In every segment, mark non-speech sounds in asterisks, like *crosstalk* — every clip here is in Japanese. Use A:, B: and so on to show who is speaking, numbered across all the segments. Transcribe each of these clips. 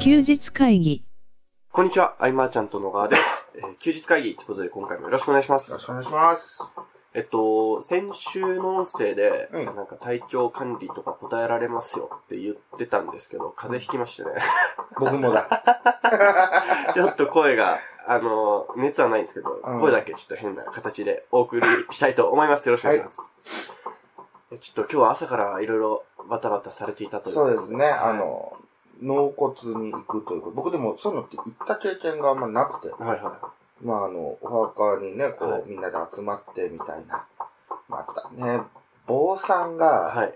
A: 休日会議。
B: こんにちは、アイマーちゃんと野川です。えー休日会議ということで今回もよろしくお願いしま
C: よろし
B: す。
C: くお願いします。
B: えっと、先週の音声で、
C: うん
B: なんか体調管理とか答えられますよって言ってたんですけど、風邪ひきましてね。 *laughs*
C: 僕もだ。
B: ちょっと声が、あの、熱はないんですけど、
C: うん
B: 声だけちょっと変な形でお送りしたいと思います。よろしくお願いします。えちょっと今日は朝からいろいろバタバタされていたというこ
C: *laughs* そう
B: と
C: ですね。あ、の、納骨に行くということ。僕でもそういうのって行った経験があんまなくて。
B: はいは
C: まああの、お墓にね、こう、
B: はい
C: みんなで集まってみたいな。またね、坊さん
B: い。
C: が
B: はい。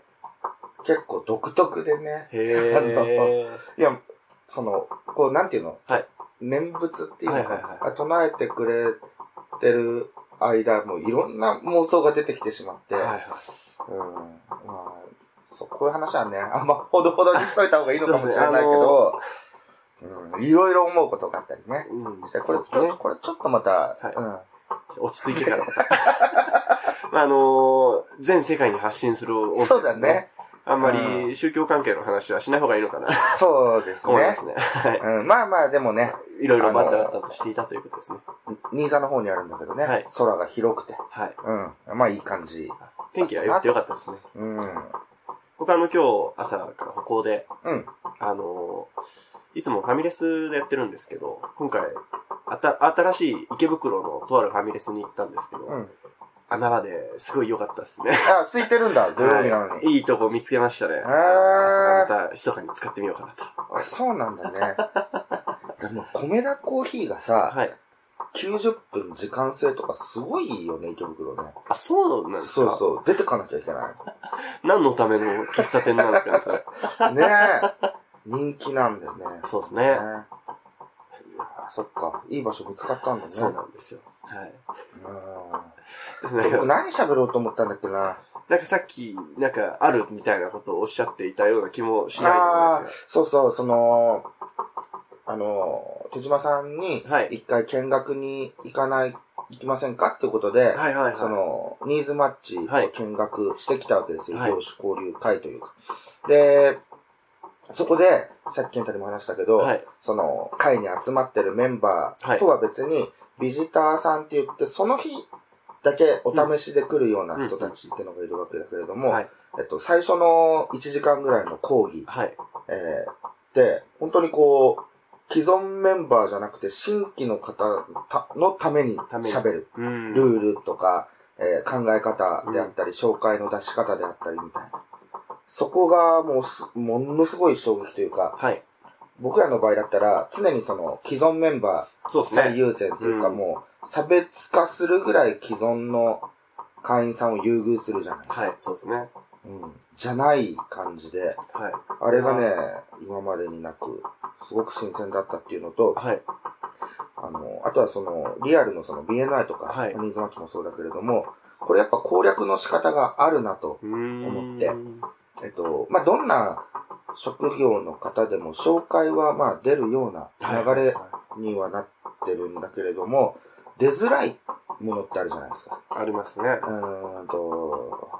C: 結構独特でね。
B: へ
C: *laughs*
B: ー。
C: いや、その、こう、なんていうの、
B: はい
C: 念仏っていうの
B: はいはいはい
C: が唱えてくれてる間、もういろんな妄想が出てきてしまって。
B: はいはい。
C: うんまあ、そう、こういう話はね、あんまほどほどにしといた方がいいのかもしれないけど、うん、いろいろ思うことがあったりね。
B: うん
C: してこれちょっと、これちょっとまた、
B: い落ち着いてから *laughs* また。まあ、あのー全世界に発信する音
C: うん。
B: 声
C: そうだね。。
B: あんま
C: う
B: り宗教関係の話はしない方がいいのかな、
C: そうです
B: と思いま
C: ね
B: す。ね。はい。
C: うん、まあまあ、でもね、
B: いろいろバタバタとしていたということですね。
C: 新座の方にあるんだけどね、
B: はい
C: 空が広くて、
B: はい。
C: うん、まあいい感じ。
B: 天気が良くて良かったですね。
C: うん、うん、
B: 僕あの今日朝から歩行で、
C: うん、
B: あのーいつもファミレスでやってるんですけど、今回、あた、新しい池袋のとあるファミレスに行ったんですけど、
C: うん。
B: 穴場ですごい良かったですね。
C: あ、空いてるんだ、土曜日なのに。
B: はい、いいとこ見つけましたね。
C: あ
B: 朝また、密かに使ってみようかなと。
C: あそうなんだね。でも、米田コーヒーがさ、
B: はい。
C: 90分時間制とかすごいよね、池袋ね。
B: あ、そうなんですか
C: そうそう、出てかなきゃいけな
B: 何のための喫茶店なんですか
C: *laughs*
B: ね、それ。
C: い。ね
B: *laughs*
C: え。人気なんだよね。
B: そうです
C: ね
B: ね。
C: あそっか、いい場所見つかったんだね。
B: そうなんですよ。はい。
C: うん
B: な
C: 僕
B: んか、
C: 何喋ろうと思ったんだっけな。
B: なんかさっき、なんか、あるみたいなことをおっしゃっていたような気もしないでもない
C: ああ
B: です、
C: そうそう、その、あの、手島さんに
B: はい、
C: 一回見学に行かない、行きませんかってことで
B: が。、はいはいはい。
C: その、ニーズマッチを
B: はい
C: 見学してきたわけですよ。
B: はい
C: 業種交流会というか。で、そこで、さっき健太にも話したけど、
B: はい。
C: その、会に集まってるメンバ
B: は
C: ー
B: い
C: とは別に、ビジターさんって言って、その日だけお試しで来るような人たちっていうのがいるわけだけれども、
B: はい。
C: えっと、最初の1時間ぐらいの講義、
B: はい。
C: えーで、本当にこう、既存メンバーじゃなくて、新規の方たのために
B: ために
C: 喋る。
B: うん。
C: ルールとか、えー考え方であったり、紹介の出し方であったりみたいな。そこがもうす、ものすごい衝撃というか、
B: はい。
C: 僕らの場合だったら、常にその既存メンバ
B: そうで
C: ー
B: すね。
C: 最優先というか、
B: うん
C: もう差別化するぐらい既存の会員さんを優遇するじゃないですか。
B: はい。そうですね。は
C: うんじゃない感じで、
B: い。
C: あれがね、今までになく、すごく新鮮だったっていうのと、
B: はい。
C: あの、あとはその、リアルのその BNI とか、
B: はい
C: ニーズマッチもそうだけれども、これやっぱ攻略の仕方があるなと。
B: うーん。
C: 思ってえっと、まあ、どんな職業の方でも紹介はまあ出るような流
B: はい
C: れにはなってるんだけれども、出づらいものってあるじゃないですか。
B: ありますね。はいう
C: ーんと、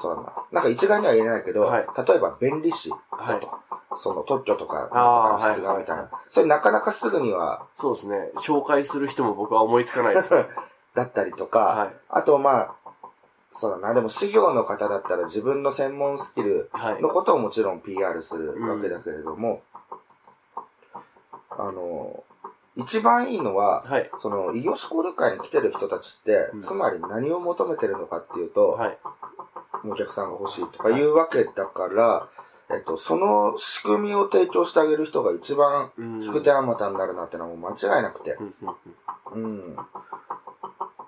C: そうだな。なんか一概には言えないけど、
B: はい
C: 例えば弁理士だ
B: は
C: と
B: い。
C: その特許とか、
B: あー
C: なんとかの質がみたい
B: はい
C: な。それなかなかすぐには、
B: そうですね。紹介する人も僕は思いつかないですね。
C: だったりとか、
B: はい。
C: あとまあ、そうだな。でも、修行の方だったら自分の専門スキル
B: はい
C: の。ことをもちろん PR するわけだけれども、あの、一番いいのは、
B: はい。
C: その、異業種交流会に来てる人たちって、
B: うん
C: つまり何を求めてるのかっていうと、
B: はい。
C: お客さんが欲しいとかいうわけだから、えっと、その仕組みを提供してあげる人が一番
B: うん
C: 引く手あまたになるなってのはもう間違いなくて。
B: うんうんうん
C: うん。だか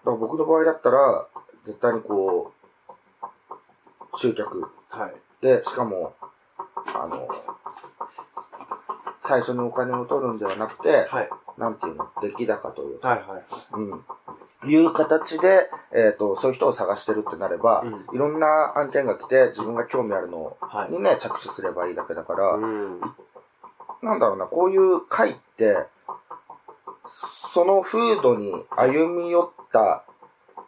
C: ら僕の場合だったら、絶対にこう、集客。
B: はい。
C: で、しかも、あの、最初にお金を取るんではなくて、
B: はい。
C: なんていうの、出来高というか、
B: はいはい。
C: うん。いう形で、えっ、と、そういう人を探してるってなれば、
B: うん
C: いろんな案件が来て、自分が興味あるの
B: はい。
C: にね、着手すればいいだけだから、
B: うん。
C: なんだろうな、こういう会って、その風土に歩み寄った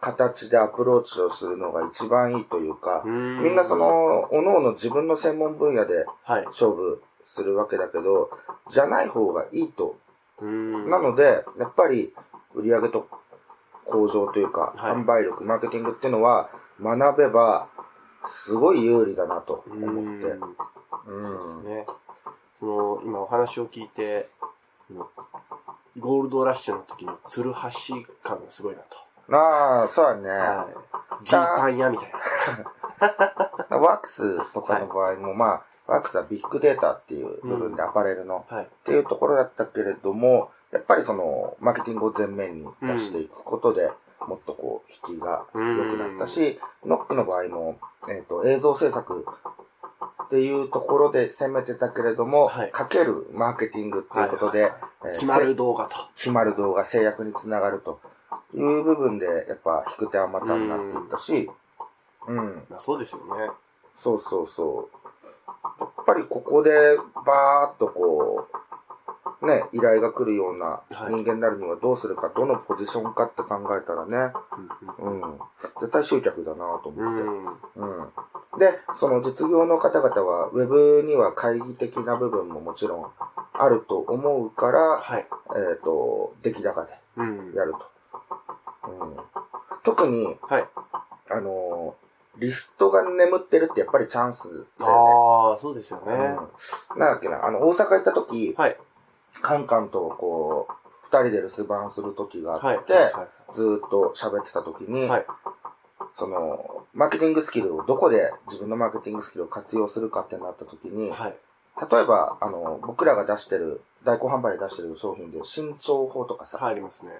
C: 形でアプローチをするのが一番いいというか、み
B: み
C: んなそ、の、各々自分の専門分野で
B: はい。
C: 勝負するわけだけど、じゃない方がいいと。
B: うーん。
C: なので、やっぱり売上と向上というか、
B: はい
C: 販売力、マーケティングっていうのは学べば、すごい有利だなと
B: う
C: 思って。
B: ーん。
C: うん
B: そうですね。その、今お話を聞いて、うんゴールドラッシュの時のツルハシ感がすごいなと。
C: なあ、そうだね。
B: はい。ジーパン屋みたいな。
C: ワックスとかの場合も、まあ、ワックスはビッグデータっていう部分で
B: う
C: アパレルの、
B: はい。
C: っていうところだったけれども、やっぱりその、マーケティングを前面に出していくことで、もっとこう、引きが良くなったし、ノックの場合も、えっ、と、映像制作っていうところで攻めてたけれども、
B: はい
C: かけるマーケティングっていうことで、
B: はいはい
C: えー
B: 決まる動画と。
C: 決まる動画制約につながるという部分で、やっぱ、引く手はまたになっていったし、うん、
B: まあそうですよね。
C: そうそうそう。やっぱりここでバーっとこう、ね、依頼が来るような
B: はい
C: 人間になるにはどうするか、どのポジションかって考えたらね、うん、絶対集客だなと
B: うんう
C: 思って。
B: ん。うん。
C: うん。で、その実業の方々は、ウェブには会議的な部分ももちろんあると思うから、
B: はい。
C: えっ、と、出来高で
B: うん。
C: やると。うん。特に、
B: はい。
C: あのーリストが眠ってるってやっぱりチャンスだよね。
B: ああ、そうですよね。
C: うんなんだっけな、あの、大阪行った時、
B: はい。
C: カンカンとこう、二人で留守番する時が
B: は
C: あ
B: い。
C: って、ずーっと喋ってた時に、
B: はい
C: その、マーケティングスキルをどこで自分のマーケティングスキルを活用するかってなった時に、
B: はい。
C: 例えば、あの、僕らが出してる、代行販売で出してる商品で身長法とかさ、
B: 入りますね。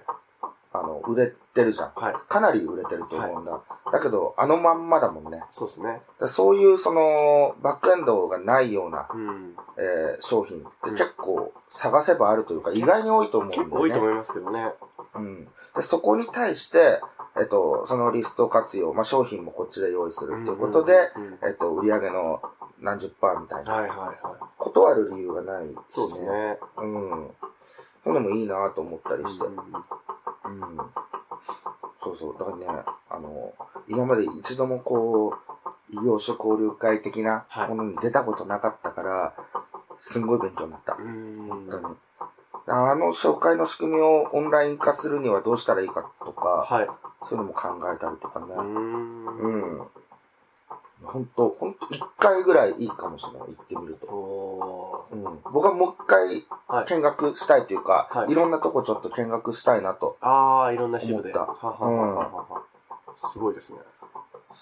C: あの、売れてるじゃん。
B: はい。
C: かなり売れてると思うんだ。だけど、あのまんまだもんね。だか
B: そうですね。
C: らそういう、その、バックエンドがないような
B: うん。
C: えー商品って
B: うん
C: 結構探せばあるというか、意外に多いと思うんだよ
B: 結
C: ね。
B: 構多いと思いますけどね。
C: うん。で、そこに対して、えっと、そのリスト活用、まあ、商品もこっちで用意するっていうことで、
B: うんうんうん
C: えっと、売り上げの何十パーみたいな、
B: はいはいはい。
C: 断る理由がないし、ね。
B: そうですね。
C: うん。そういうのもいいなと思ったりして。
B: うんうんうん
C: うん。そうそう。だからね、あの、今まで一度もこう、異業種交流会的な
B: はい
C: ものに出たことなかったから、すんごい勉強になった。
B: うん
C: 本当に。あの紹介の仕組みをオンライン化するにはどうしたらいいかとか、
B: はい。
C: そういうのも考えたりとかね
B: う。ー。
C: うんん。本当本当一回ぐらいいいかもしれない。行ってみると。
B: お
C: うん、僕はもう一回
B: ーはい。
C: 見学したいというか、
B: はい
C: い、ろんなとこちょっと見学したいなと。
B: ああ、いろんな支部で。
C: 思
B: は
C: った
B: ははははすごいですね。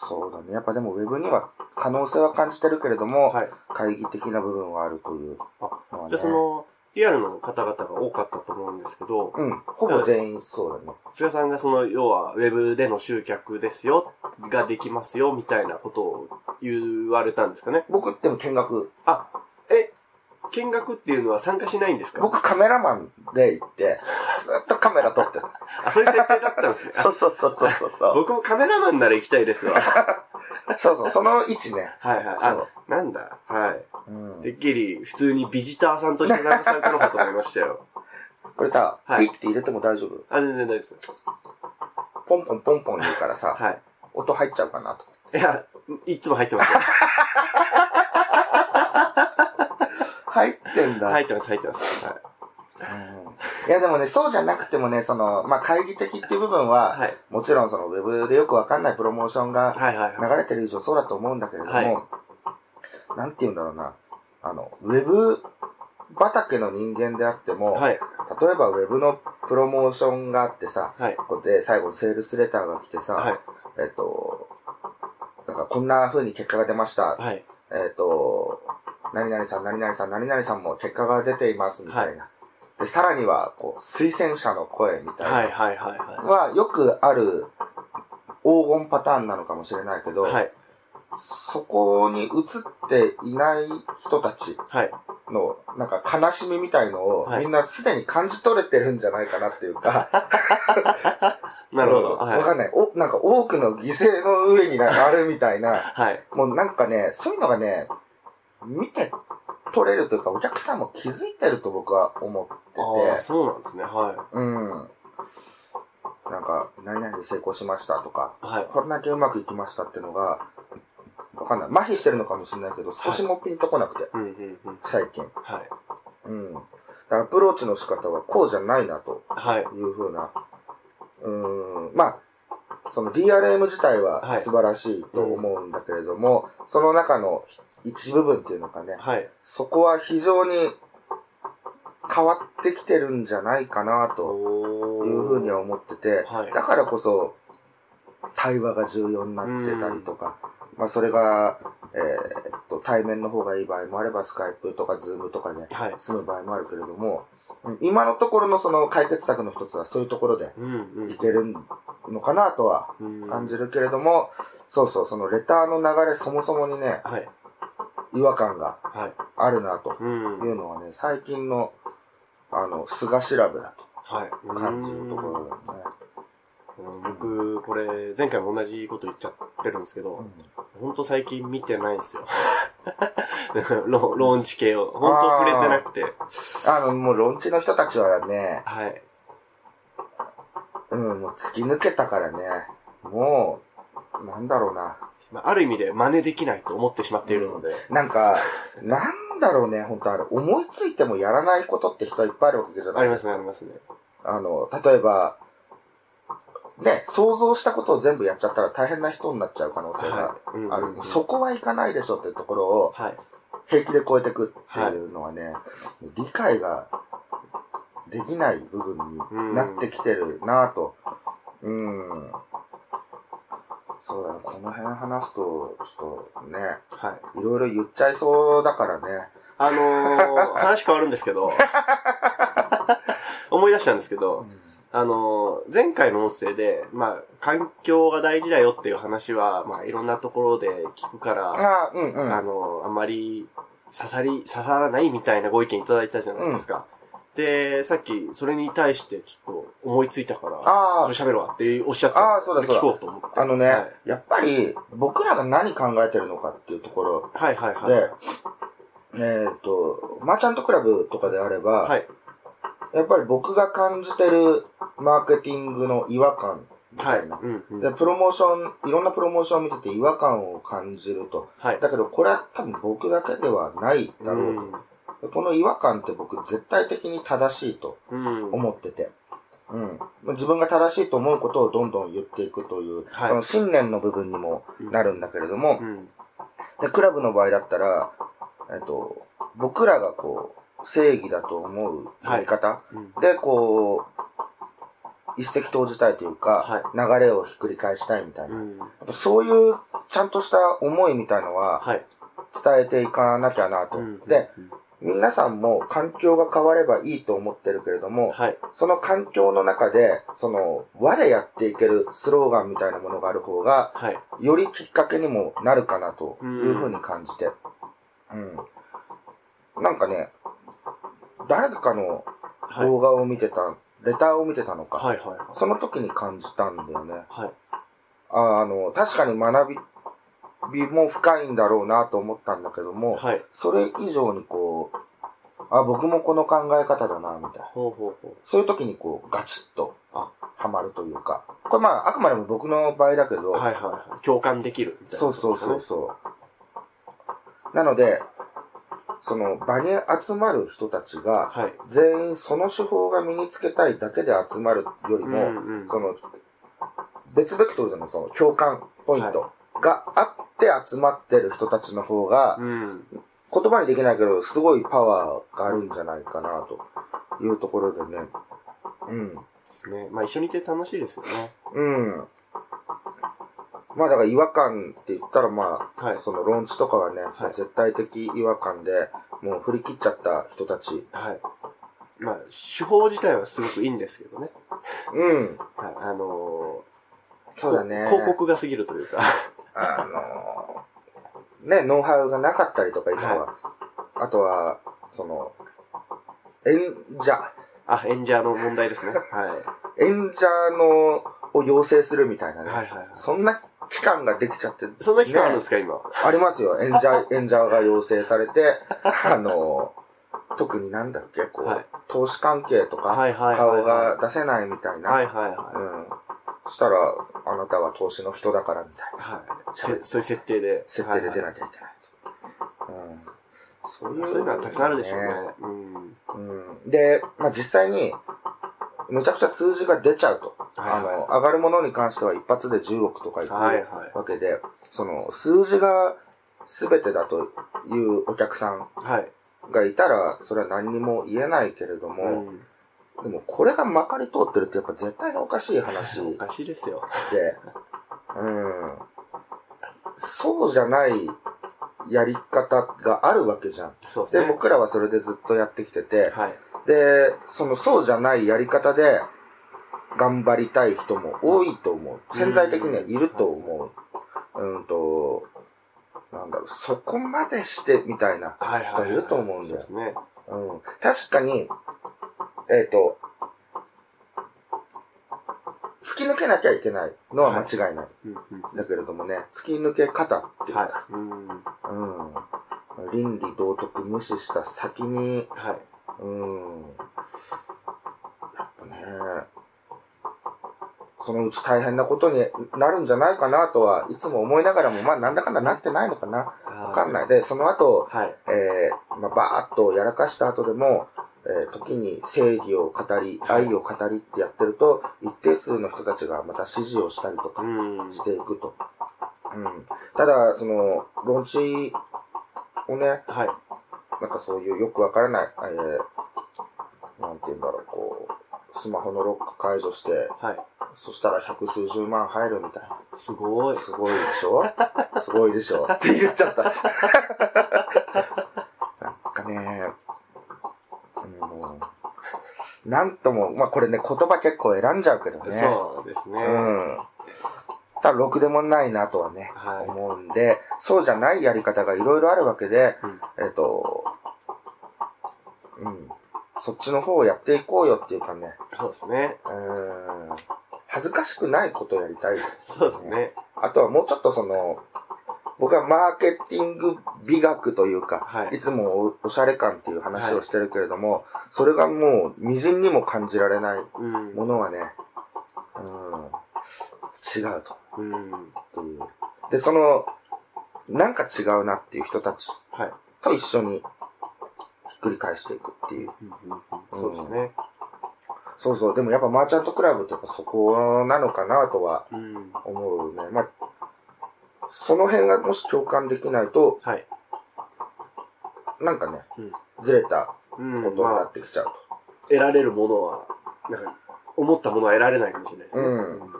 C: そうだね。やっぱでもウェブには可能性は感じてるけれども、
B: はい。
C: 会議的な部分はあるという
B: あ
C: のはね。
B: じゃあその、リアルの方々が多かったと思うんですけど、
C: うん。ほぼ全員そうだね。
B: 菅さんがその、要は、ウェブでの集客ですよ、ができますよ、みたいなことを言われたんですかね。
C: 僕でも見学、
B: あ、え、見学っていうのは参加しないんですか
C: 僕カメラマンで行って、ずっとカメラ撮ってた。。
B: あ、 *laughs* そういう設定だったんですね
C: *laughs* そうそうそうそうそう
B: あ
C: そう。
B: 僕もカメラマンなら行きたい
C: *laughs*
B: ですわ。
C: そうそう、その位置ね。
B: はいはい。あ、なんだ。はい。
C: そう。うん
B: てっきり、普通にビジターさんとして参加されたのかと思いましたよ。
C: これさ、
B: はい
C: ピッて入れても大丈夫
B: あ、全然大丈夫です。
C: ポンポンポンポン言うからさ、
B: は
C: 音入っちゃうかなと。
B: い。いや、いつも入ってます。
C: *laughs* 入ってんだ。
B: 入ってます、入ってます。は
C: うんいやでもね、そうじゃなくてもね、その、まあ、会議的っていう部分は、
B: はい
C: もちろんその、ウェブでよくわかんないプロモーションが
B: い。はいはい
C: 流
B: はい。
C: れてる以上そうだと思うんだけれども、
B: はい
C: なんて言うんだろうな、あの、ウェブ畑の人間であっても、
B: はい。
C: 例えばウェブのプロモーションがあってさ、
B: はい。
C: ここで最後にセールスレターが来てさ、
B: はい。
C: えっと、なんかこんな風に結果が出ました。
B: はい。
C: えっと、何々さん、何々さん、何々さんも結果が出ています、みたいな。で、さらには、こう、推薦者の声みたいな。
B: は
C: はい
B: はいはいは
C: よくある黄金パターンなのかもしれないけど、
B: い。はい。
C: そこに映っていない人たち
B: はい。
C: の、なんか悲しみみたいのを、
B: はい
C: みんなすでに感じ取れてるんじゃないかなっていうか、
B: *laughs* なるほど。
C: うん
B: はい
C: わ。かんない。お、なんか多くの犠牲の上になあるみたいな。
B: はい。
C: もうなんかね、そういうのがね、見て取れるというか、お客さんも気づいてると僕は思
B: あ
C: っ
B: あ、
C: てて、
B: そうなんですね。は
C: うん。なんか、何々で成功しましたとか、
B: い。はい。
C: これだけうまくいきましたっていうのが、わかんない。麻痺してるのかもしれないけど、少しもピンとこなくて、
B: うんうんうん。
C: 最近。
B: はい。
C: うん。アプローチの仕方はこうじゃないなと
B: はい。
C: いうふうな、うーん、まあ、その DRM 自体
B: は
C: はい素晴らしいと思うんだけれども、その中の一部分っていうのかね、
B: はい。
C: そこは非常に変わってきてるんじゃないかな
B: お
C: というふうには思ってて、
B: はい
C: だからこそ対話が重要になってたりとか、まあそれが、えーっと、対面の方がいい場合もあれば、スカイプとかズームとかで
B: はい。
C: 済む場合もあるけれども、うん今のところのその解決策の一つはそういうところで
B: うんうん
C: いけるのかなとは
B: うん。
C: 感じるけれども、そうそう、そのレターの流れそもそもにね、
B: はい。
C: 違和感が
B: はい。
C: あるなと
B: うん。
C: い
B: は
C: うのはね、最近の、あの、菅調べだ
B: い。
C: と感じるところだよね。
B: うん僕、これ、前回も同じこと言っちゃってるんですけど、
C: う
B: ほんと最近見てないんですよ。 *laughs* ロローンチ系を。ほんと触れてなくて。
C: んあの、もう、ロンチの人たちはね、
B: はい。
C: うん、もう突き抜けたからね、もう、なんだろうな。
B: まあ、ある意味で真似できないと思ってしまっているので。
C: なんか、なんだろうね、本当あれ、思いついてもやらないことって人はいっぱいあるわけじゃ
B: あ
C: な
B: り
C: い
B: ますね、ありますね。
C: あの、例えば、ね、想像したことを全部やっちゃったら大変な人になっちゃう可能性が
B: はい。うんうんうん
C: ある。もうそこはいかないでしょっていうところを、
B: はい。
C: 平気で超えてくっていうのはね、理解ができない部分になってきてるなぁと。うん。そうだね、この辺話すと、ちょっとね、
B: はい。
C: いろいろ言っちゃいそうだからね。
B: あのー、話変わるんですけ
C: *laughs*
B: ど、思い出したんですけど、あのー、前回の音声で、まあ、環境が大事だよっていう話は、まあ、いろんなところで聞くから、
C: ああ、うんうん。
B: あのー、あんまり刺さり、刺さらないみたいなご意見いただいたじゃないですか。で、さっき、それに対してちょっと思いついたから、
C: あー
B: それ喋るわっておっしゃって
C: あ
B: た
C: ーそうだ
B: れ聞
C: そ
B: こ
C: う
B: うと思って。
C: あのね、
B: はい
C: やっぱり僕らが何考えてるのかっていうところ
B: はいはいはい。
C: で、えーっ、と、マーチャントクラブとかであれば、
B: はい。
C: やっぱり僕が感じてるマーケティングの違和感み
B: は
C: た
B: い。
C: いな。
B: うんうん
C: で、プロモーション、いろんなプロモーションを見てて違和感を感じると。
B: はい。
C: だけど、これは多分僕だけではないだろうと。でこの違和感って僕絶対的に正しいと
B: うん。うん。
C: 思ってて。うん。自分が正しいと思うことをどんどん言っていくという、
B: はい
C: その信念の部分にもなるんだけれども
B: う、ん。
C: で、クラブの場合だったら、えっと、僕らがこう、正義だと思うやり方、
B: うん
C: で、こう、一石投じたいというか、流れをひっくり返したいみたいな。
B: うん。
C: やっぱそういうちゃんとした思いみたいのは
B: はい。
C: 伝えていかなきゃなと。
B: うん
C: で、、
B: うん
C: 皆さんも環境が変わればいいと思ってるけれども、
B: はい。
C: その環境の中で、その、我でやっていけるスローガンみたいなものがある方が、
B: はい。
C: よりきっかけにもなるかなというふうに感じて。うん。なんかね、誰かの
B: はい。
C: 動画を見てた、レターを見てたのか、
B: はい。は
C: その時に感じたんだよね。
B: い。はい。
C: ああの、確かに学びも深いんだろうなと思ったんだけども、
B: はい。
C: それ以上にこう、あ、僕もこの考え方だな、みたいな。
B: ほうほうほ
C: そういう時にこう、ガチッと
B: あ
C: ハマるというか、これまあ、あくまでも僕の場合だけど、
B: う。はいはいはい。共感できるみたいな
C: そ
B: こ
C: うそ
B: と
C: う
B: ですね。
C: そうそう。なので、その場に集まる人たちが、
B: はい。
C: 全員その手法が身につけたいだけで集まるよりも、
B: うんうん。
C: その、別ベクトルでのその共感ポイントがあって集まってる人たちの方が、
B: うん。
C: 言葉にできないけど、すごいパワーがあるんじゃないかな、というところでね。うん。
B: ですね。まあ一緒にいて楽しいですよね。
C: うん。まあだから違和感って言ったらまあ、
B: はい
C: その論知とかはね、
B: はい
C: 絶対的違和感で、もう振り切っちゃった人たち。
B: はい。まあ、手法自体はすごくいいんですけどね。
C: うん。
B: はい。あのー、
C: そうだね。
B: 広告が過ぎるというか。 *laughs*
C: あのーね、ノウハウがなかったりとかいうのは、あとは、その、演者、
B: あ、演者の問題です
C: *laughs*
B: ね。は。
C: 演者の、を養成するみたいないね。
B: はいはいはい。
C: そんな期間ができちゃって。
B: そんな期間あるんで
C: ね
B: すか、今。
C: ありますよ。演者、 *laughs* 演者が養成されて、あのー特になんだっけ、こう、
B: はい
C: 投資関係とか、
B: はいはいはいはい
C: 顔が出せないみたいな、
B: はいはいは
C: うん、したら、あなたは投資の人だからみたいな
B: はい。せそういう設定で。
C: 設定で出
B: はい
C: なきゃいけないと。うんそう
B: はいそういうのはたくさんあるでしょうね。うん。
C: うんで、まあ、実際に、むちゃくちゃ数字が出ちゃうと。
B: はい
C: あの、上がるものに関しては一発で10億とかいく
B: はいはい
C: わけで、その、数字が全てだというお客さん
B: はい。
C: がいたら、それは何にも言えないけれども、
B: うん
C: でもこれがまかり通ってるってやっぱ絶対におかしい話
B: おかしいですよ。
C: で、うん。そうじゃないやり方があるわけじゃん。
B: そうです
C: で、
B: ね。
C: 僕らはそれでずっとやってきてて、
B: はい。
C: で、そのそうじゃないやり方で頑張りたい人も多いと思う。潜在的にはいると思う。うんと、なんだろう、そこまでしてみたいな。
B: はいはいはい。
C: いると思うんだよ
B: そうですね。
C: うん、確かに、えっ、と、突き抜けなきゃいけないのは間違いない。
B: うんうん
C: だけれどもね、突き抜け方っていうか、
B: はい。うん。は
C: うん、倫理道徳無視した先に、
B: い。
C: うん。やっぱね、そのうち大変なことになるんじゃないかなとは、いつも思いながらも、まあなんだかんだなってないのかな。わ
B: わ
C: かんない。で、その後、
B: はい。
C: えー、まあバーッとやらかした後でも、えー時に正義を語り、
B: はい
C: 愛を語りってやってると、一定数の人たちがまた支持をしたりと
B: う
C: か
B: ん。
C: していくと。うん。ただ、その、論知をね、
B: はい。
C: なんかそういうよくわからない、えー、なんて言うんだろう、こう、スマホのロック解除して、
B: はい。
C: そしたら百数十万入るみたいな。
B: すごい。
C: すごいでしょすごいでしょって言っちゃった。なんかね、うん、なんとも、まあこれね、言葉結構選んじゃうけどね。
B: そうですね。
C: うん。ただ、ろくでもないなとはね、
B: はい
C: 思うんで、そうじゃないやり方がいろいろあるわけで、
B: うん
C: えっ、と、うん。そっちの方をやっていこうよっていうかね、
B: そうですね。
C: うん。恥ずかしくないことをやりたい。
B: そうですね。
C: あとはもうちょっとその、僕はマーケティング美学というか、
B: はい
C: い、つもおおしゃれ感っていう話をしてるけれども、それがもう、微塵にも感じられない
B: うん。
C: ものはね、うん、違うと。
B: うん。
C: という。で、その、なんか違うなっていう人たち
B: はい。
C: と一緒にひっくり返していくっていう。
B: うんうんうんそうですね。
C: そうそう。でもやっぱマーチャントクラブってやっぱそこなのかなとは
B: うん。
C: 思うね。まあ、その辺がもし共感できないと、
B: はい。
C: なんかね、
B: うん
C: ずれた
B: う
C: こと
B: ん。
C: に
B: ま
C: な
B: あ
C: っ、てきちゃうと。
B: 得られるものは、なんか、思ったものは得られないかもしれないですね。
C: うん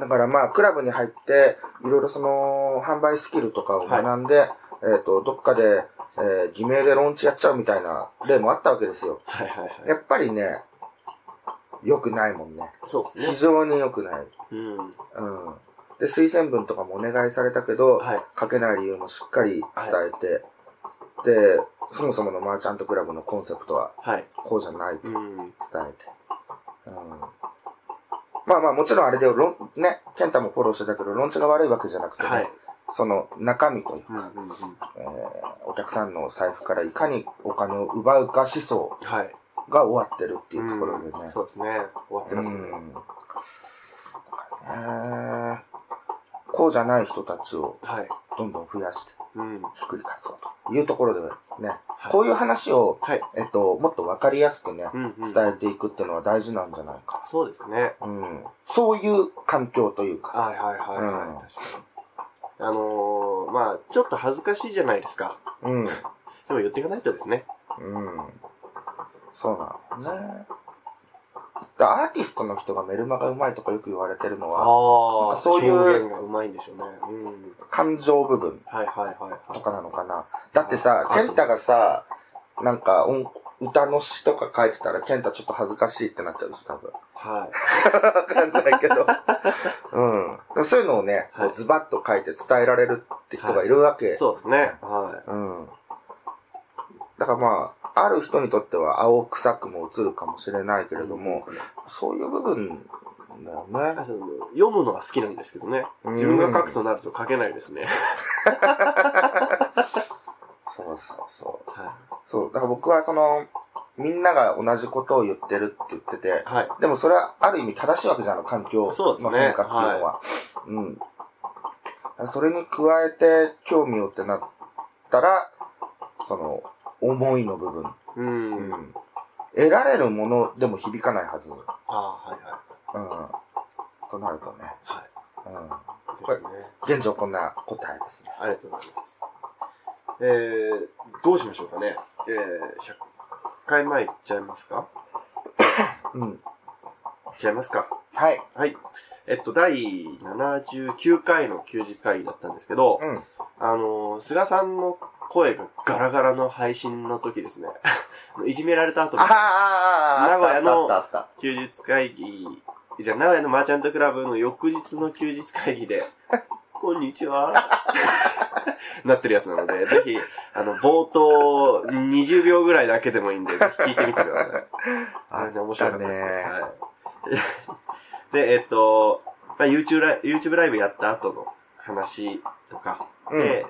C: だからまあ、クラブに入って、いろいろその、販売スキルとかを学んで、えっ、と、どっかで、えー偽名でローンチやっちゃうみたいな例もあったわけですよ。
B: はいはいは
C: や
B: い。
C: っぱりね、良くないもんね。
B: そうです
C: 非
B: ね。
C: 常に良くない。
B: うん。は
C: うん。で、推薦文とかもお願いされたけど、
B: い。
C: 書けない理由もしっかり伝えて、で、そもそものマーチャントクラブのコンセプトは
B: はい。
C: こうじゃないと
B: う
C: 伝
B: ん。
C: えて。うん。まあまあ、もちろんあれで、ロン、ね、ケンタもフォローしてたけど、ロンチが悪いわけじゃなくてね、
B: はい。
C: その中身という
B: うんうんうん。
C: えーお客さんの財布からいかにお金を奪うか思想
B: はい。
C: が終わってるっていうところでね。
B: うんそうですね。終わってますね。
C: うんえーこうじゃない人たちを
B: はい。
C: どんどん増やして
B: うん。は
C: ひっくり返そうというところでね、
B: い
C: こういう話を、
B: はい。
C: えっと、もっとわかりやすくね、
B: うんうん。
C: 伝えていくっていうのは大事なんじゃないか。
B: そうですね。
C: うん、そういう環境というか。
B: はいはいはい、
C: うん
B: はい。確かに。あのー、まあちょっと恥ずかしいじゃないですか。
C: うん。うん。
B: でも言っていかないとですね。
C: そうなのね。だアーティストの人がメルマがうまいとかよく言われてるのは、
B: あ
C: なん
B: あ、
C: かそういう
B: 表現がうまいんでしょうね。うん。
C: 感情部分。
B: はいはいはいは
C: と
B: い。
C: かなのかな。だってさ、
B: あ
C: ケンタがさ、なんか音歌の詩とか書いてたら、ケンタちょっと恥ずかしいってなっちゃうでしょ、多分。
B: はい。
C: わかんない
B: *laughs*
C: けど。うん。でもそういうのをね、こ
B: はいう
C: ズバッと書いて伝えられるって人がいるわけ。
B: そうですね。は
C: うん。だからまあ、ある人にとっては青臭くも映るかもしれないけ
B: い。
C: れども、、そういう部分だよね。
B: その読むのは好きなんですけどね。自分が書くとなると書けないですね。
C: そうそうそう。
B: は
C: そう、だから僕はその、みんなが同じことを言ってるって言ってて、
B: はい。
C: でもそれはある意味正しいわけじゃん、環境
B: そうです
C: の
B: ね
C: 変化っていうのは。うん。それに加えて興味をってなったら、その、思いの部分。
B: う。
C: うん
B: あ
C: ん。得られるものでも響かないはず。うん。
B: あー、はいは
C: となるとね。
B: はい
C: うん。
B: い。ですね。
C: 現状こんな答えですね。
B: ありがとうございます。えー、どうしましょうかね。えー、100回前行っちゃいますか
C: うん。
B: 行っちゃいますか。
C: はい。
B: はい。えっと、第79回の休日会議だったんですけど、
C: うん。
B: あのー、菅さんの声がガラガラの配信の時ですね。 *laughs* いじめられた後
C: あ
B: の
C: あ、ああ、あ
B: 名古
C: あ
B: 屋
C: ったあっ
B: の
C: たあった。
B: 休日会議、じゃあ、名古屋のマーチャントクラブの翌日の休日会議で、 *laughs* こんにちは。 *laughs* なってるやつなので、ぜひ、あの、冒頭20秒ぐらいだけでもいいんで、ぜひ聞いてみてください。あれね、面白かったですね。
C: あっ
B: はい。で、えっと、まあ、YouTube, ライ YouTube ライブやった後の話とか
C: たね
B: で、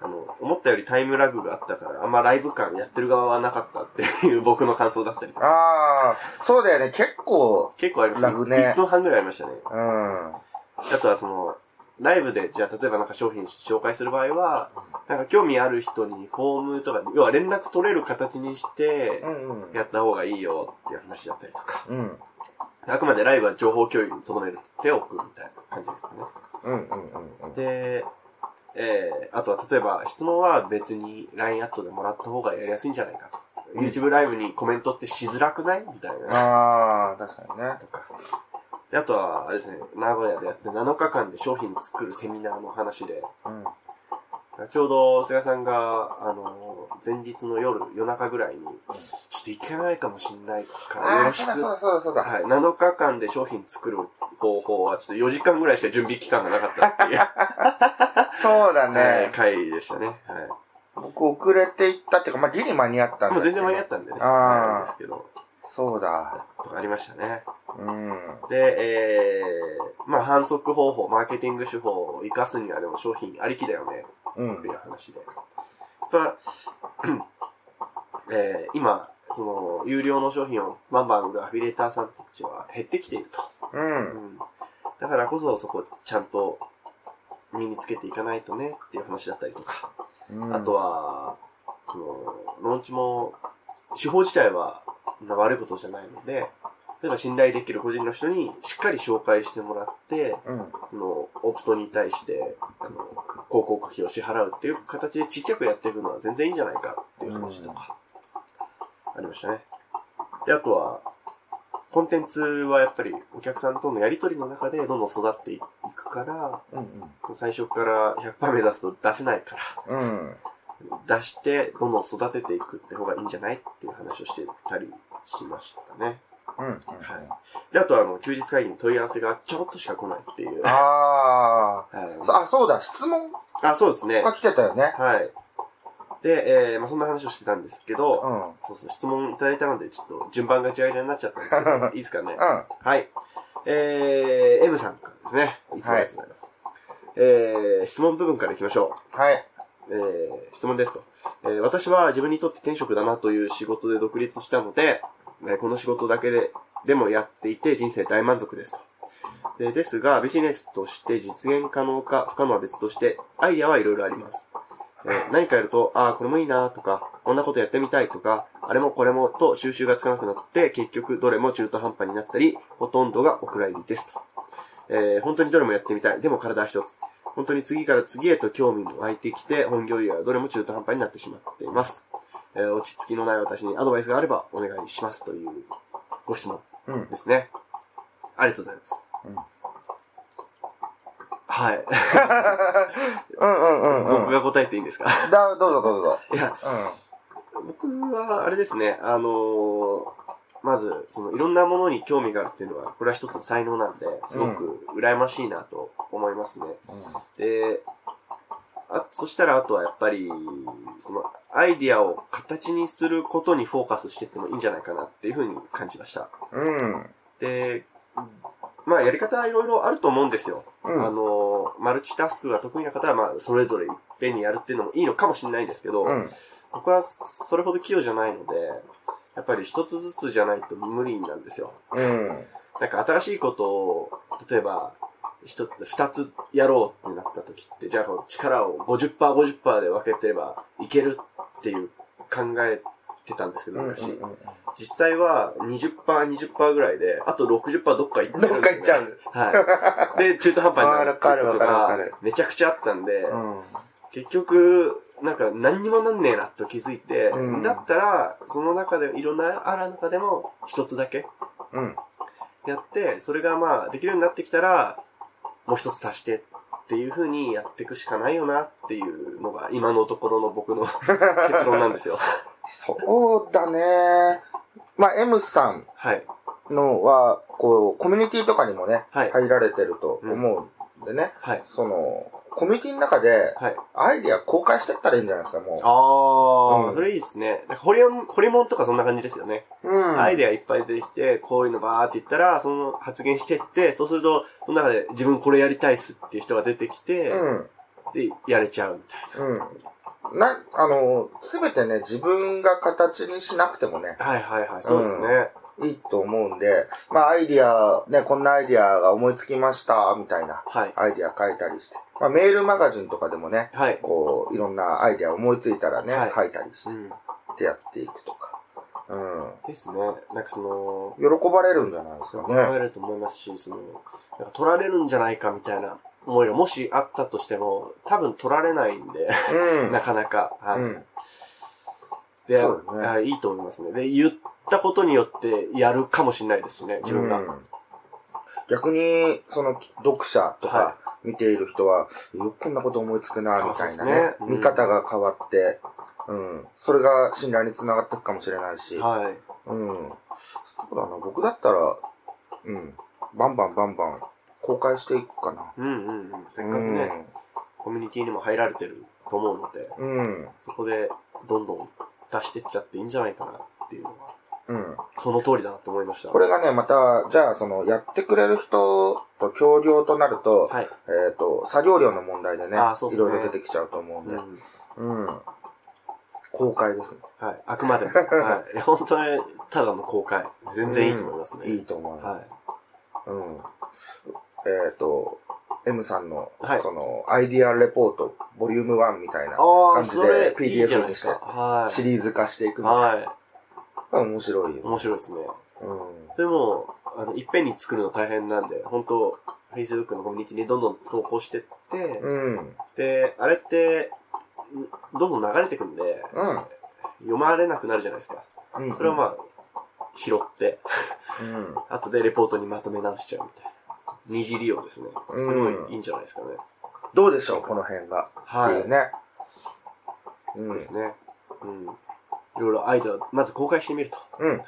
B: あの、思ったよりタイムラグがあったから、あんまライブ感やってる側はなかったっていう僕の感想だったりと
C: うん。
B: か。
C: ああ、そうだよね。結構、
B: 結構ありました
C: ラグね
B: 1分半ぐらいありましたね。
C: うん。うん。
B: あとはその、ライブで、じゃあ例えばなんか商品紹介する場合は、なんか興味ある人にフォームとか、要は連絡取れる形にして、
C: うん。
B: やった方がいいよっていう話だったりとか。
C: うん。
B: あくまでライブは情報共有に留める手を置くみたいな感じですかね。
C: うん。うん。うん。うん。
B: で、えー、あとは例えば質問は別に LINE アットでもらった方がやりやすいんじゃないかと。
C: うん
B: YouTube ライブにコメントってしづらくないみたいな。
C: ああ、確かにね。
B: とか。であとは、あれですね、名古屋でやって7日間で商品作るセミナーの話で、
C: うん。
B: ちょうど菅さんが、あの、前日の夜、夜中ぐらいに、ちょっと行けないかもしんないから、よ
C: あ
B: ろ
C: あ、
B: し
C: そう
B: く
C: だそうだそうだそうだ。
B: はい。7日間で商品作る方法は、ちょっと4時間ぐらいしか準備期間がなかったっていう、
C: そうだ
B: はい
C: ね。
B: 回でしたね。はい。
C: 僕遅れていったっていうか、まあ、ギリ間に合ったんだ
B: も
C: けど
B: う全然間に合ったんでね。
C: あー
B: はいですけど、
C: そうだ。
B: とかありましたね。
C: うん。
B: で、えー、まあ反則方法、マーケティング手法を活かすにはでも商品ありきだよね、
C: う
B: って
C: ん
B: い。う話で。やっぱ、えー、今、その、有料の商品をバンバン売るアフィリエーターさんたちは減ってきていると。
C: うん。
B: うんだからこそそこちゃんと身につけていかないとねっていう話だったりとか、
C: うん
B: あと、は、その、ローンチも、手法自体はそんな悪いことじゃないので、例えば信頼できる個人の人にしっかり紹介してもらって、
C: うん。
B: その、オプトに対して、あの、広告費を支払うっていう形でちっちゃくやっていくのは全然いいんじゃないかっていう話とか、ありましたね。で、あとは、コンテンツはやっぱりお客さんとのやりとりの中でどんどん育っていくから、
C: うん。
B: 最初から100%目指すと出せないか
C: うん。
B: ら、出してどんどん育てていくって方がいいんじゃないっていう話をしてたりしましたね。
C: うん。
B: はい。で、あとはあの、休日会議に問い合わせがちょろっとしか来ないっていう。はい
C: ああ。そあ、そうだ。質問
B: あ、そうですね。
C: が来てたよね。
B: はい。で、えー、まあそんな話をしてたんですけど、
C: うん。うん。
B: そうそう、質問いただいたので、ちょっと順番が違いになっちゃったんですけど、いいですかね。はい。えー、M さんからですね。いつもありがとうございます。えー、質問部分からいきましょ
C: はい。
B: う。えー、質問ですと、えー。私は自分にとって転職だなという仕事で独立したので、えーこの仕事だけで、でもやっていて人生大満足ですと。でですが、ビジネスとして実現可能か不可能は別として、アイデアはいろいろあります。えー何かやると、ああ、これもいいなとか、こんなことやってみたいとか、あれもこれもと収集がつかなくなって、結局どれも中途半端になったり、ほとんどがお蔵入りですと。えー本当にどれもやってみたい。でも体は一つ。本当に次から次へと興味も湧いてきて、本業以外はどれも中途半端になってしまっています。えー落ち着きのない私にアドバイスがあればお願いしますというご質問
C: うん。
B: ですね。ありがとうございます。
C: うん
B: はい。
C: うんうんうん
B: *laughs* 僕
C: うん。
B: が答えていいんですか *laughs*
C: だ、どうぞどうぞ。
B: いや、僕は、あれですね、あのーまず、その、いろんなものに興味があるっていうのは、これは一つの才能なんで、すごく羨ましいなと思いますね。
C: うん。
B: で、あ、そしたら、あとはやっぱり、その、アイディアを形にすることにフォーカスしていってもいいんじゃないかなっていうふうに感じました。
C: うん。
B: で、まあ、やり方はいろいろあると思うんですよ。
C: うん。
B: あの、マルチタスクが得意な方は、まあ、それぞれいっぺんにやるっていうのもいいのかもしれないんですけど、
C: うん。
B: 僕はそれほど器用じゃないので、やっぱり一つずつじゃないと無理なんですよ。
C: うん。
B: なんか新しいことを、例えば、一つ、二つやろうってなった時って、じゃあこの力を 50%50% で分けてればいけるっていう考えてたんですけど、昔。実際は 20%20% ぐらいで、あと60%どっか行ってるんですよ
C: どっか行っちゃう。
B: はい。で、中途半端になるっていうこと
C: わか
B: が
C: るわかるわか、
B: めちゃくちゃあったんで、
C: うん。
B: 結局、なんか何にもなんねえなと気づいて、
C: うん
B: だったら、その中で、いろんなある中でも、一つだけ
C: うん。
B: やって、それがまあ、できるようになってきたら、もう一つ足してっていう風にやっていくしかないよなっていうのが、今のところの
C: *laughs*
B: 僕の結論なんですよ。
C: そうだね。まあ、M さん
B: はい。
C: のは、こう、コミュニティとかにもね、
B: はい
C: 入られてると思うんでね。
B: はい。
C: その、コミュニティの中で、
B: はい。
C: アイディア公開してったらいいんじゃないですか、も
B: あー、
C: うん
B: それいいですね。なんかホリモン、ホリモンとかそんな感じですよね。
C: う。うん。
B: アイデアいっぱい出てきて、こういうのバーって言ったら、その発言してって、そうすると、その中で自分これやりたいっすっていう人が出てきて、
C: うん。
B: で、やれちゃうみたい
C: うん。な、あの、すべてね、自分が形にしなくてもね、
B: な。はいはいはい、そうですね。
C: いいと思うんで、まあ、アイディア、ね、こんなアイディアが思いつきました、みたいな、
B: はい。
C: アイディア書いたりして、まあ、メールマガジンとかでもね、
B: はい。
C: こう、いろんなアイディア思いついたらね、
B: はい
C: 書いたりし
B: うん。
C: てやっていくとか。うん。
B: ですね。なんかその、
C: 喜ばれるんじゃないです
B: 考
C: か
B: え
C: ね。
B: ると思いますし、その、なんか取られるんじゃないかみたいな思いがもしあったとしても、多分取られないんで、
C: うん。
B: なかなか。はい。
C: うん。
B: で、
C: そうだね
B: はいいいと思いますね。で、言ったことによってやるかもしれないですしね、自分が。
C: うん逆に、その、読者とか
B: は
C: 見ている人は、よくこんなこと思いつくな、
B: あ
C: みたい
B: そ
C: な
B: う
C: ね
B: ですねうん
C: 見方が変わって、うん。それが信頼につながっていくかもしれないし、
B: はい。
C: うん。そうだな、僕だったら、うん。バンバンバンバン公開していくかな。
B: うんうんうん。せっかくね、コミュニティにも入られてると思うので、
C: うん。うん。
B: そこでどんどん出してっちゃっていいんじゃないかなっていうのは、
C: うん。
B: その通りだなと思いました。
C: これがね、また、じゃあ、その、やってくれる人と協力となると、
B: はい。
C: えっ、と、作業量の問題でね、
B: あーそうっ
C: い
B: すね
C: ろいろ出てきちゃうと思うん
B: う
C: で、
B: ん。
C: うん。公開ですね。
B: はい。あくまでも。はい。本当に、ただの公開。全然いいと思いますね。
C: うん *laughs* いいと思います。
B: はい。
C: うん。えっ、と、M さんの、
B: はい
C: その、アイディアレポート、ボリューム1みたいな
B: ああ、
C: 感じ
B: それ、
C: で
B: いいじゃな
C: PDF
B: い
C: に
B: で
C: し
B: す
C: て
B: か。、は
C: シ
B: い。
C: リーズ化していくの
B: は
C: が面白い
B: い。
C: よ。
B: 面白いですね。
C: うん。
B: でも、あの、いっぺんに作るの大変なんで、本当 Facebook のコミュニティにどんどん投稿してって、
C: うん。うん。
B: で、あれって、んどんどん流れてくんで、読まれなくなるじゃないですか。
C: うん。
B: それはまあ、拾って、
C: あ、うん。
B: 後でレポートにまとめ直しちゃうみたいな。二次利用ですね。すごいいいんじゃないですかね。
C: どうでしょう、この辺が。
B: は
C: っていうね。う
B: い。
C: ん
B: で。すね。うん。いろいろアイデア、まず公開してみると。
C: うん。
B: は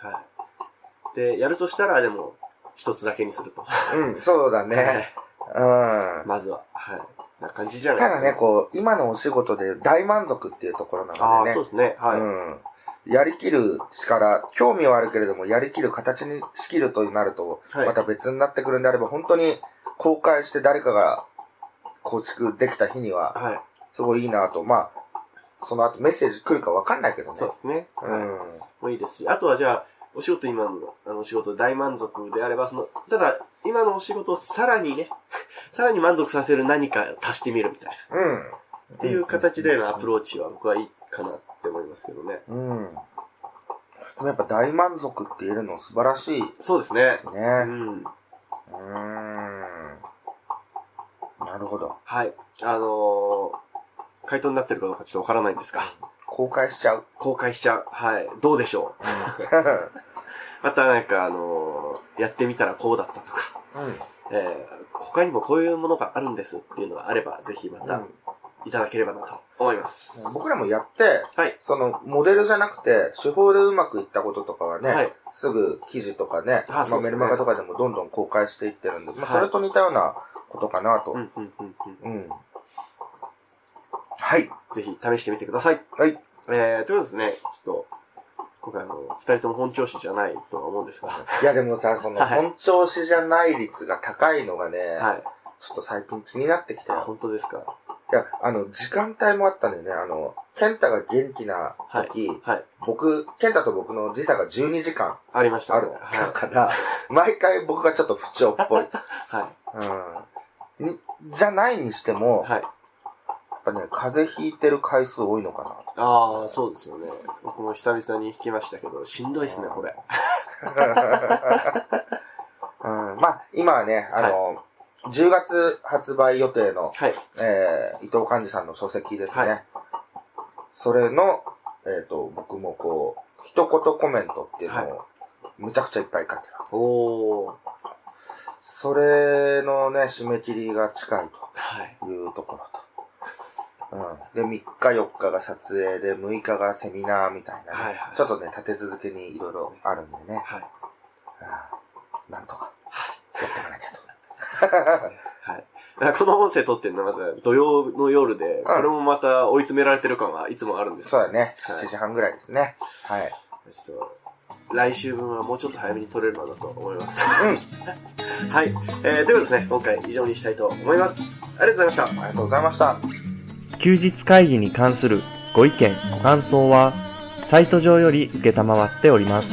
B: い。で、やるとしたら、でも、一つだけにすると。
C: うん。そうだね。うん。
B: *laughs* まずは。はい。な感じじゃない
C: ただね、
B: か
C: こう、今のお仕事で大満足っていうところな
B: な。ああ
C: の
B: ー、
C: で
B: そうで
C: ね。
B: すね。はい。
C: うん。やりきる力、興味はあるけれども、やりきる形にしきるとなると、
B: はい
C: また別になってくるんであれば、本当に公開して誰かが構築できた日には、
B: はい。
C: すごいいいなと、まあ、その後メッセージ来るかわかんないけどね。
B: そうですね。
C: う
B: はい。
C: ん。
B: もういいですし。あとはじゃあ、お仕事今の、あの、お仕事で大満足であれば、その、ただ、今のお仕事をさらにね、 *laughs* さらに満足させる何か足してみるみたいな。
C: うん。
B: っていう形でのアプローチは僕はいいかなって思いますけどね。
C: うん。でもやっぱ大満足って言えるの素晴らしいね。
B: そうですね。うん。
C: うーん。なるほど。
B: はい。あのー、回答になってるかどうかちょっとわからないんですが、
C: 公開しちゃう。
B: 公開しちゃう。はい。どうでしょう。またなんかあのー、やってみたらこうだったとか、
C: う
B: えー、他にもこういうものがあるんですっていうのがあれば、ぜひま
C: ん、
B: たいただければなと思います。
C: 僕らもやって、
B: はい。
C: その、モデルじゃなくて、手法でうまくいったこととかはね、
B: はい
C: すぐ記事とかね、
B: あ
C: ま
B: そ
C: あ、
B: うですね
C: メルマガとかでもどんどん公開していってるんで、まあ、
B: は
C: そ
B: い
C: れと似たようなことかなと。
B: うんうんうんうん。
C: うん。はい。
B: ぜひ試してみてください。
C: はい。
B: えー、ということですね、ちょっと、今回あの、二人とも本調子じゃないとは思うんですが、はい
C: やでもさ、その、
B: はい
C: 本調子じゃない率が高いのがね、
B: い。
C: ちょっと最近気になってきた
B: あ、
C: よ。
B: 本当ですか。
C: いや、あの、時間帯もあったんだよね。あの、ケンタが元気な時、
B: はい。
C: 僕、ケンタと僕の時差が12時間
B: ありました。
C: ある。だ
B: は
C: から、毎回僕がちょっと不調
B: *laughs*
C: っぽい。
B: い。は
C: うん。に、じゃないにしても、
B: い。はい。
C: やっぱね、風邪ひいてる回数多いのかな。
B: ああ、そうですよね。僕も久々に弾きましたけど、しんどいっすね、これ。
C: うん、まあ、今はね、あの、10月発売予定の、
B: はい。
C: えー、伊藤寛治さんの書籍ですね。
B: は
C: それの、えっ、と、僕もこう、一言コメントっていうのを、むちゃくちゃいっぱい書いてる。
B: おー。
C: それのね、締め切りが近い
B: はい。
C: というところと。うん。で、3日4日が撮影で、6日がセミナーみたいな、ね
B: はいはい
C: ちょっとね、立て続けにいろいろあるんでね。
B: はい。
C: うんなんとか、やっていかなきゃと。
B: はい。だからこの音声撮ってるのはまだ土曜の夜で、これもまた追い詰められてる感はいつもあるんです
C: そうだね。
B: はい
C: 7時半ぐらいですね。はい。
B: ちょっと、来週分はもうちょっと早めに撮れればなと思います。 *laughs* はい。えー、ということですね、今回以上にしたいと思います。ありがとうございました。
C: ありがとうございました。
A: 休日会議に関するご意見、ご感想は、サイト上より受けたまわっております。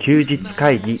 A: 休日会議